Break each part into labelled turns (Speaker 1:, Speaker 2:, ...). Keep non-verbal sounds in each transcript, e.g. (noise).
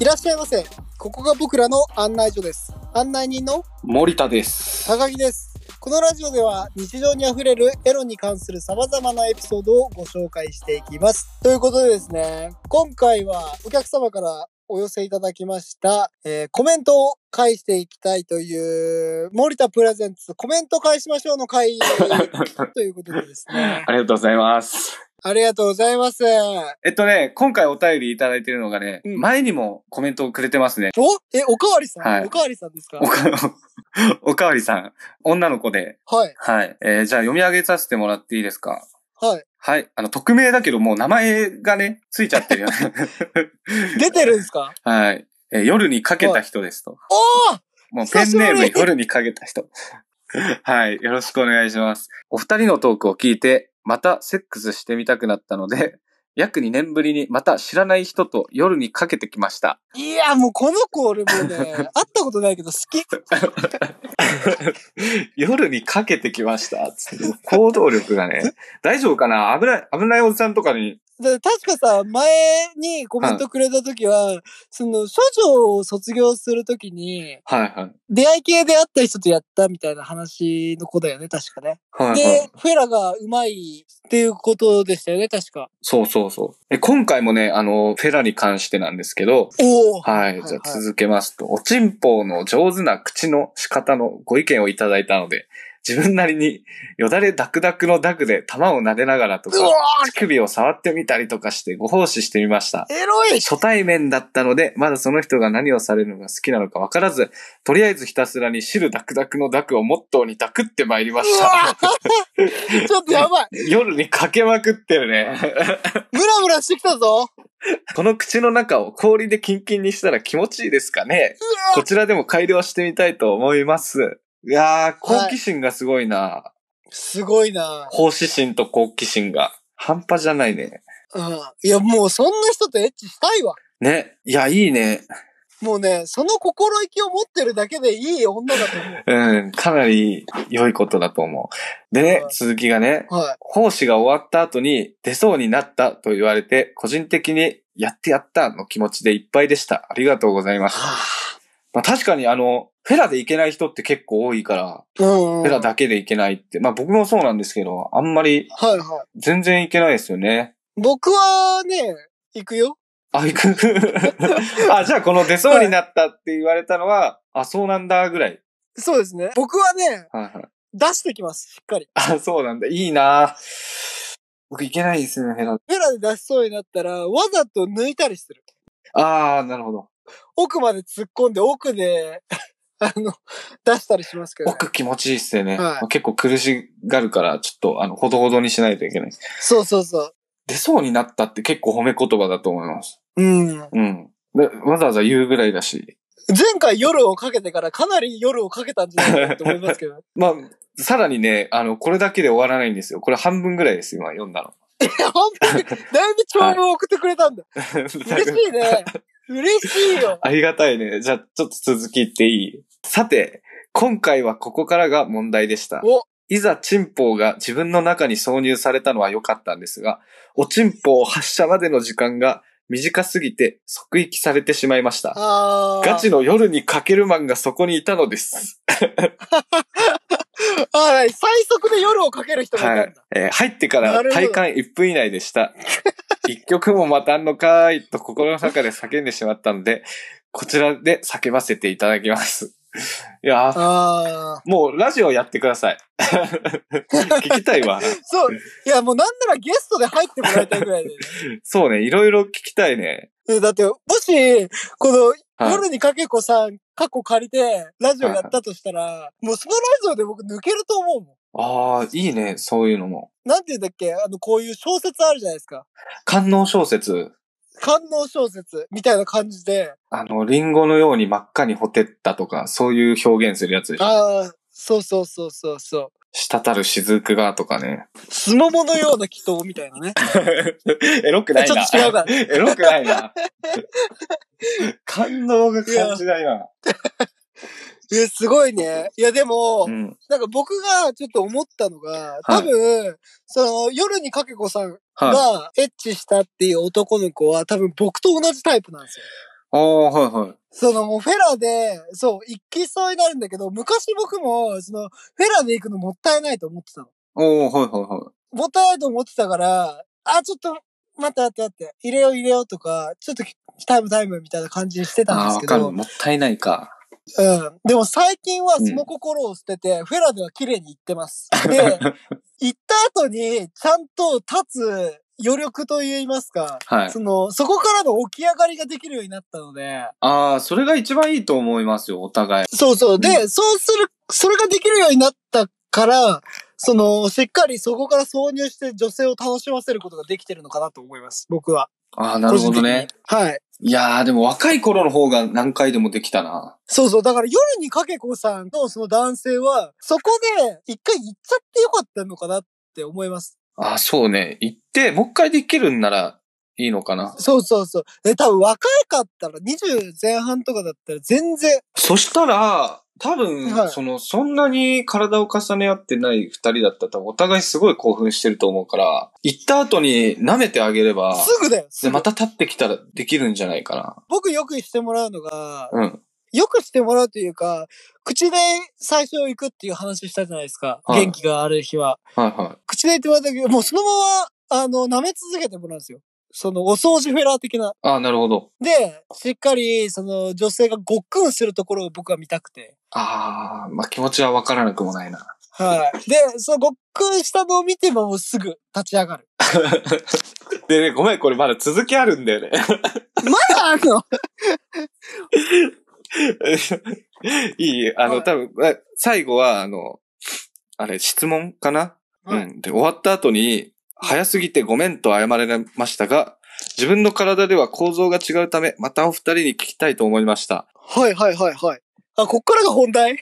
Speaker 1: いらっしゃいませ。ここが僕らの案内所です。案内人の
Speaker 2: 森田です。
Speaker 1: 高木です。このラジオでは日常にあふれるエロに関する様々なエピソードをご紹介していきます。ということでですね、今回はお客様からお寄せいただきました、えーコメントを返していきたいという、森田プレゼンツコメント返しましょうの
Speaker 2: (laughs)
Speaker 1: 会ということでですね、
Speaker 2: (laughs) ありがとうございます。
Speaker 1: ありがとうございます。
Speaker 2: えっとね、今回お便りいただいてるのがね、
Speaker 1: うん
Speaker 2: 前にもコメントをくれてますね。
Speaker 1: おえ、おかわりさん、
Speaker 2: はい
Speaker 1: おかわりさんですか
Speaker 2: おか、 (laughs) おかわりさん、女の子で。
Speaker 1: はい、
Speaker 2: はい。えーじゃあ読み上げさせてもらっていいですか
Speaker 1: はい。
Speaker 2: はい。あの、匿名だけどもう名前がね、ついちゃってるよね。
Speaker 1: (laughs) 出てるんですか
Speaker 2: はい。えー夜にかけた人ですと。
Speaker 1: おー
Speaker 2: もうペンネー
Speaker 1: 久し
Speaker 2: ム
Speaker 1: ぶり
Speaker 2: 夜にかけた人。 (laughs) はい。よろしくお願いします。お二人のトークを聞いて、またセックスしてみたくなったので、 (laughs) 約2年ぶりにまた知らない人と夜にかけてきました。
Speaker 1: いや、もうこの子俺もうね、会ったことないけど好き。
Speaker 2: (laughs) 夜にかけてきました。つって行動力がね、 (laughs) 大丈夫かな危ない、危ないおじさんとかに。
Speaker 1: で確かさ、前にコメントくれた時は、その、処女を卒業するときに、
Speaker 2: はいはい。
Speaker 1: 出会い系で会った人とやったみたいな話の子だよね、確かね。
Speaker 2: はいは
Speaker 1: で
Speaker 2: い、、
Speaker 1: フェラがうまいっていうことでしたよね、確か。
Speaker 2: そうそうそう。え今回もね、あの、フェラに関してなんですけど、
Speaker 1: おお、
Speaker 2: はい。じゃあ続けますと、おちんぽうの上手な口の仕方のご意見をいただいたので、自分なりによだれダクダクのダクで玉を撫でながらと
Speaker 1: うわ
Speaker 2: か、乳首を触ってみたりとかしてご奉仕してみました。
Speaker 1: エロい
Speaker 2: 初対面だったので、まだその人が何をされるのが好きなのかわからず、とりあえずひたすらに汁ダクダクのダクをモットーにダクってまいりまし
Speaker 1: う
Speaker 2: た。
Speaker 1: わ
Speaker 2: (laughs)
Speaker 1: ちょっとやばい。
Speaker 2: 夜にかけまくってるね。
Speaker 1: (laughs) ムラムラしてきたぞ。
Speaker 2: この口の中を氷でキンキンにしたら気持ちいいですかね (laughs) こちらでも改良してみたいと思います。いやー、好奇心がすごいな。
Speaker 1: すごいな。
Speaker 2: 奉仕心と好奇心が。半端じゃないね。
Speaker 1: うん。いや、もうそんな人とエッチしたいわ。
Speaker 2: ね。いや、いいね。
Speaker 1: もうね、その心意気を持ってるだけでいい女だと思
Speaker 2: うん、かなり良いことだと思う。でね
Speaker 1: は、い
Speaker 2: 続きがね、 (laughs)
Speaker 1: う。はい。
Speaker 2: 奉仕が終わった後に出そうになったと言われて、個人的にやってやったの気持ちでいっぱいでした。ありがとうございます。まあ確かにあの、フェラで行けない人って結構多いか
Speaker 1: う
Speaker 2: ら、
Speaker 1: ん、うん。
Speaker 2: フェラだけで行けないって、まあ僕もそうなんですけど、あんまり
Speaker 1: はいは
Speaker 2: 全然行けないですよね。
Speaker 1: い。僕はね、行くよ。
Speaker 2: あ、行く。 (laughs) あ、じゃあこの出そうになったって言われたのは、あ、そうなんだぐらい。
Speaker 1: そうですね。僕はね、
Speaker 2: はいはい。
Speaker 1: 出してきます、しっかり。
Speaker 2: あ、そうなんだ。いいな僕行けないですね、フェラ。
Speaker 1: フェラで出しそうになったら、わざと抜いたりする。
Speaker 2: あー、なるほど。
Speaker 1: 奥まで突っ込んで、奥で、 (laughs) あの、出したりしますけど、ね。
Speaker 2: 奥気持ちいいっすよね。
Speaker 1: はい
Speaker 2: 結構苦しがるから、ちょっと、あの、ほどほどにしないといけない。
Speaker 1: そうそうそ
Speaker 2: 出そうになったって結構褒め言葉だと思います。
Speaker 1: う。うん。
Speaker 2: うん。でわざわざ言うぐらいだし。
Speaker 1: 前回夜をかけてからかなり夜をかけたんじゃないかなと思いますけど。
Speaker 2: まあ、さらにね、あの、これだけで終わらないんですよ。これ半分ぐらいです、今読んだの。 (laughs)
Speaker 1: いや、本当に、だいぶ長文を送ってくれたんだ。嬉しいね。嬉しいよ。
Speaker 2: ありがたいね。じゃあ、ちょっと続き言っていいさて、今回はここからが問題でした。
Speaker 1: お
Speaker 2: いざチンポウが自分の中に挿入されたのは良かったんですが、おチンポウ発射までの時間が短すぎて即行きされてしまいました。
Speaker 1: あー
Speaker 2: ガチの夜にかけるマンがそこにいたのです。
Speaker 1: あー、最速で夜をかける人がいたん
Speaker 2: は
Speaker 1: だ。
Speaker 2: い。えー入ってか
Speaker 1: な
Speaker 2: ら
Speaker 1: るほど
Speaker 2: 体感1分以内
Speaker 1: (laughs)
Speaker 2: でした。一曲もまたんのかーいと心の中で叫んでしまったので、こちらで叫ばせていただきます。いやー、
Speaker 1: ああ。
Speaker 2: もうラジオやってください。 (laughs) 聞きたいわ。
Speaker 1: そう。いや、もうなんならゲストで入ってもらいたいぐらいで、ね
Speaker 2: (laughs) そうね、いろいろ聞きたいね。
Speaker 1: うん。だって、もし、この、
Speaker 2: はい
Speaker 1: 夜にかけこさん、過去借りて、ラジオやったとしたら、もうそのラジオで僕抜けると思うも
Speaker 2: ああ、いいね、そういうのも。
Speaker 1: ん。なんて言うんだっけあの、こういう小説あるじゃないですか。
Speaker 2: 観音小説。
Speaker 1: 官能小説みたいな感じで。
Speaker 2: あの、リンゴのように真っ赤にほてったとか、そういう表現するやつでしょ。
Speaker 1: ああ、そうそうそうそうそう。
Speaker 2: 滴る雫がとかね。
Speaker 1: すもものような祈祷みたいなね。
Speaker 2: (laughs) エロく
Speaker 1: ちょっと違うから。
Speaker 2: (laughs) エロくないな。感動が感じないな。
Speaker 1: え、すごいね。いや、でも
Speaker 2: う、ん。
Speaker 1: なんか僕がちょっと思ったのが、多分、その、夜にかけこさん
Speaker 2: はい。
Speaker 1: がエッチしたっていう男の子は多分僕と同じタイプなんですよ。
Speaker 2: ああ、はいはい。
Speaker 1: そのもうフェラで、そう、行きそうになるんだけど、昔僕も、その、フェラで行くのもったいないと思ってたの。
Speaker 2: おおはいはいはい。
Speaker 1: もったいないと思ってたから、あ、ちょっと、待って待って待って、入れよう入れようとか、ちょっとタイムタイムみたいな感じにしてた
Speaker 2: あ
Speaker 1: ん
Speaker 2: あ
Speaker 1: で
Speaker 2: ー、
Speaker 1: す
Speaker 2: わ
Speaker 1: け
Speaker 2: かる。
Speaker 1: ど、
Speaker 2: もったいないか。
Speaker 1: うん。でも最近は
Speaker 2: うん
Speaker 1: その心を捨てて、フェラでは綺麗に行って
Speaker 2: (laughs)
Speaker 1: ます。で、行った後に、ちゃんと立つ余力と言いますか、
Speaker 2: はい
Speaker 1: そ。の、そこからの起き上がりができるようになったので、
Speaker 2: ああ、それが一番いいと思いますよ、お互い。
Speaker 1: そうそう。で、
Speaker 2: う
Speaker 1: そうする、それができるようになったから、その、しっかりそこから挿入して女性を楽しませることができてるのかなと思います。僕は。
Speaker 2: ああ、なるほどね。
Speaker 1: 個人的に。はい。
Speaker 2: いやー、でも若い頃の方が何回でもできたな。
Speaker 1: そうそう。だから夜にかけこさんのその男性は、そこで一回行っちゃってよかったのかなって思います。
Speaker 2: ああ、そうね。行って、もう一回できるんならいいのかな。
Speaker 1: そうそうそう。え、多分若いかったら、20前半とかだったら全然、
Speaker 2: そしたら、多分、
Speaker 1: はい
Speaker 2: その、そんなに体を重ね合ってない二人だったら、多分お互いすごい興奮してると思うから、行った後に舐めてあげれば、
Speaker 1: すぐだよ。す
Speaker 2: で、
Speaker 1: ぐ
Speaker 2: また立ってきたらできるんじゃないか
Speaker 1: 僕よくしてもらうのが、
Speaker 2: な。うん。
Speaker 1: よくしてもらうというか、口で最初行くっていう話したじゃないですか。
Speaker 2: はい
Speaker 1: 元気がある日は。
Speaker 2: はいは
Speaker 1: 口で言ってもらったけど、もうそのまま、あの、舐め続けてもらうんですよ。その、お掃除フェラー的な。
Speaker 2: い。ああ、なるほど。
Speaker 1: で、しっかり、その、女性がごっくんするところを僕は見たくて。
Speaker 2: ああ、まあ、気持ちはわからなくもないな。
Speaker 1: はい。で、そのごっくんしたのを見てもうすぐ立ち上がる。
Speaker 2: でね、ごめん、これまだ続きあるんだよね。
Speaker 1: まだあるの
Speaker 2: (laughs) いいあ
Speaker 1: は
Speaker 2: の、
Speaker 1: い
Speaker 2: 多分、あ最後は、あの、あれ、質問かな、
Speaker 1: はい
Speaker 2: うん。で、終わった後に、早すぎてごめんと謝られましたが、自分の体では構造が違うため、またお二人に聞きたいと思いました。
Speaker 1: (laughs) はいはいはいはい。あ、こっからが本題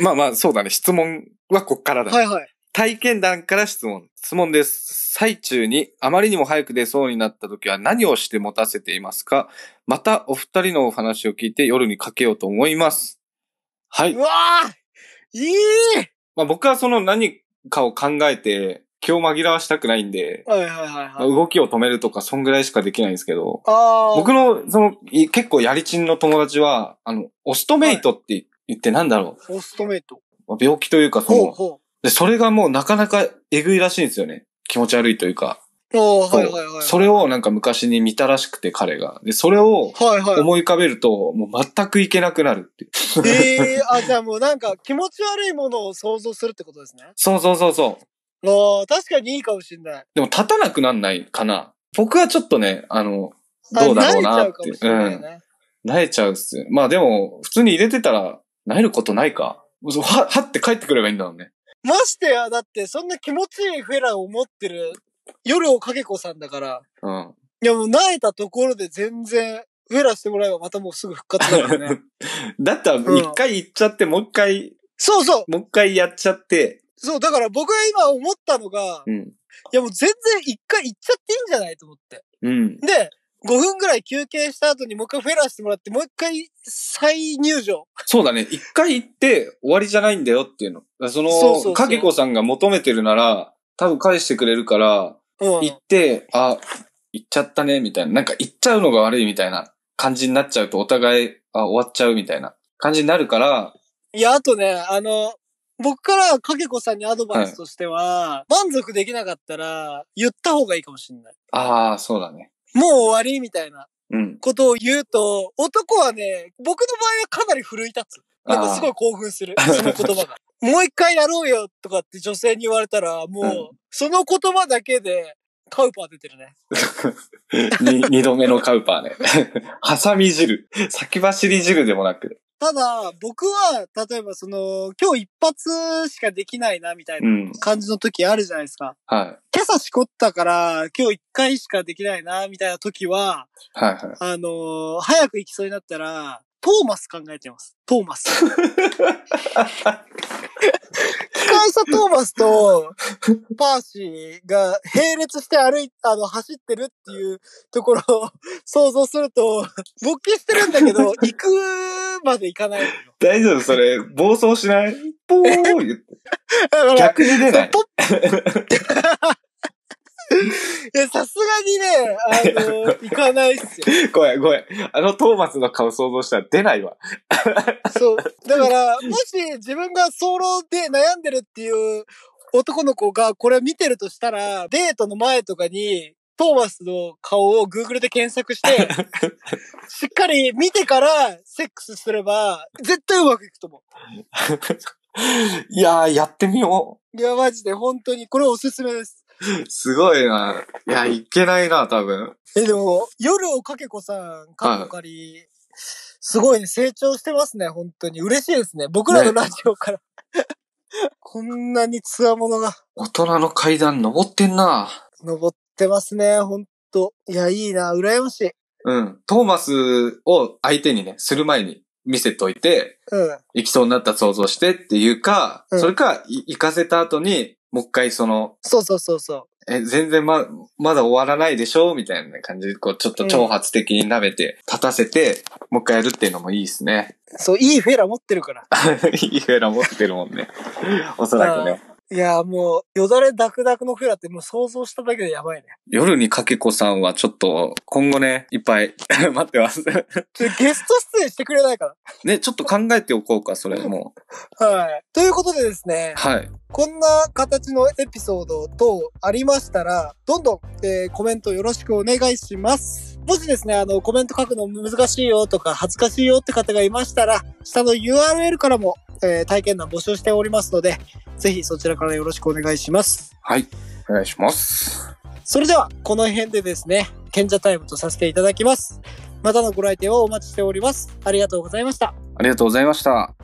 Speaker 2: まあまあ、そうだね。質問はこっからだ。
Speaker 1: はいはい。。
Speaker 2: 体験談から質問。質問です。最中にあまりにも早く出そうになった時は何をして持たせていますかまたお二人のお話を聞いて夜にかけようと思います。はいう
Speaker 1: わーいい
Speaker 2: まあ、僕はその何かを考えて気を紛らわしたくないんで、
Speaker 1: はいはいはい
Speaker 2: まあ
Speaker 1: はい。
Speaker 2: 動きを止めるとかそんぐらいしかできないんですけど、
Speaker 1: あー。
Speaker 2: 僕のそのい結構やりちんの友達は、あの、オストメイトって言ってなんだろ
Speaker 1: オストメイト。
Speaker 2: う、まあ病気というかそ
Speaker 1: ほう
Speaker 2: の、
Speaker 1: ほ
Speaker 2: で、それがもうなかなかえぐいらしいんですよね。気持ち悪いというか。
Speaker 1: う。おー
Speaker 2: そう
Speaker 1: はいはいはい。
Speaker 2: それをなんか昔に見たらしくて彼が。で、それを
Speaker 1: はいはい。
Speaker 2: 思い浮かべると、もう全くいけなくなるっていう。
Speaker 1: ええあ、じゃあもうなんか気持ち悪いものを想像するってことですね。
Speaker 2: そうそうそうそう。
Speaker 1: ああ、確かにいいかもしれない。
Speaker 2: でも立たなくなんないかな。僕はちょっとね、あの、
Speaker 1: あ
Speaker 2: どうだろうな
Speaker 1: 慣れちゃ
Speaker 2: っ
Speaker 1: うか
Speaker 2: てい
Speaker 1: も
Speaker 2: う
Speaker 1: し。れない
Speaker 2: うん。
Speaker 1: ね。
Speaker 2: 慣れちゃうっすよ。まあでも、普通に入れてたら、慣れることないか。そうは、はって帰ってくればいいんだろうね。
Speaker 1: ましてや、だってそんな気持ちいいフェラを持ってる夜をかけこさんだから、
Speaker 2: うん。
Speaker 1: いやもう慣れたところで全然フェラしてもらえばまたもうすぐ復活だからね。
Speaker 2: だったら、
Speaker 1: うん
Speaker 2: 一回行っちゃって、もう一回、
Speaker 1: そうそう、
Speaker 2: もう一回やっちゃって。
Speaker 1: そう、だから僕が今思ったのが、
Speaker 2: うん。
Speaker 1: いやもう全然一回行っちゃっていいんじゃないと思って。
Speaker 2: うん。
Speaker 1: で、5分ぐらい休憩した後にもう一回フェラしてもらって、もう一回再入場。
Speaker 2: そうだね。一回行って終わりじゃないんだよっていうの。だからその、
Speaker 1: そうそうそう
Speaker 2: かけこさんが求めてるなら、多分返してくれるから、
Speaker 1: うん
Speaker 2: 行って、あ、行っちゃったね、みたいな。なんか行っちゃうのが悪いみたいな感じになっちゃうと、お互い、あ、終わっちゃうみたいな感じになるから、
Speaker 1: いや、あとね、あの、僕からかけこさんにアドバイスとしては、満足できなかったら、言った方がいいかもしれない。
Speaker 2: ああ、そうだね。
Speaker 1: もう終わりみたいな
Speaker 2: うん。
Speaker 1: ことを言うと、男はね、僕の場合はかなり奮い立つ。なんかすごい興奮する。
Speaker 2: あー
Speaker 1: その言 (laughs) 葉が。もう一回やろうよとかって女性に言われたら、もう、その言葉だけで、カウパー出てるね。
Speaker 2: に二度目のカウパーね。 (laughs) ハサミ汁。先走り汁でもなく。。
Speaker 1: ただ、僕は、例えばその、今日一発しかできないな、みたいうなん感じの時あるじゃないですか。
Speaker 2: はい。
Speaker 1: 今朝しこったから、今日一回しかできないな、みたいな時は、
Speaker 2: はいはい。
Speaker 1: あのー早く行きそうになったら、トーマス考えてます。トーマス。機関車トーマスと、パーシーが並列して歩い、あの、走ってるっていうところを想像すると、勃起してるんだけ (laughs) ど、行くまで行かないのよ。
Speaker 2: 大丈夫それ、暴走しないポー言って
Speaker 1: (laughs) だから、
Speaker 2: 逆に出ない。
Speaker 1: ポッいや、さすがにね、あの、行かないっすよ。
Speaker 2: ごめん、ごめん。あのトーマスの顔想像したら出ないわ。 (laughs)
Speaker 1: そう。だから、もし自分がソロで悩んでるっていう男の子がこれを見てるとしたら、デートの前とかに、トーマスの顔を Google で検索して、しっかり見てからセックスすれば、絶対うまくいくと思
Speaker 2: いやー、やってみよ
Speaker 1: う。いや、マジで本当に、これおすすめです。
Speaker 2: う。すごいな。いや、いけないな、多分。
Speaker 1: え、でも、夜をかけこさん、かっこかり、すごいね、成長してますね、本当に。嬉しいですね。僕らのラジオから。 (laughs) こんなにつわものが
Speaker 2: 大人の階段登ってんな。
Speaker 1: 登ってますね、本当いや、いいな、羨ましい。
Speaker 2: うん。トーマスを相手にね、する前に見せといて、
Speaker 1: うん。
Speaker 2: 行きそうになったら想像してっていうか、
Speaker 1: うん
Speaker 2: それか、い行かせた後に、もう一回その、
Speaker 1: そうそうそうそ
Speaker 2: え、全然ま、まだ終わらないでしょみたいな感じで、こう、ちょっと挑発的に舐めて、立たせて、もう一回やるっていうのもいいですね。 (laughs)
Speaker 1: う。そう、いいフェラ持ってるから。
Speaker 2: いいフェラ持ってるもん
Speaker 1: (laughs)
Speaker 2: ね。おそらくね。
Speaker 1: いや、もう、よだれダクダクのフェラってもう想像しただけでやばいね。
Speaker 2: 夜にかけこさんはちょっと、今後ね、いっぱい (laughs) 待ってます。
Speaker 1: ちょゲスト出演してくれないか
Speaker 2: ね、ちょっと考えておこうか、それも。
Speaker 1: ら。はい。ということでですね。
Speaker 2: はい。
Speaker 1: こんな形のエピソード等ありましたら、どんどん、えーコメントよろしくお願いします。もしですね、あの、コメント書くの難しいよとか、恥ずかしいよって方がいましたら、下の URL からも、えー体験談募集しておりますので、ぜひそちらからよろしくお願いします。
Speaker 2: はい。お願いします。
Speaker 1: それでは、この辺でですね、賢者タイムとさせていただきます。またのご来店をお待ちしております。ありがとうございました。
Speaker 2: ありがとうございました。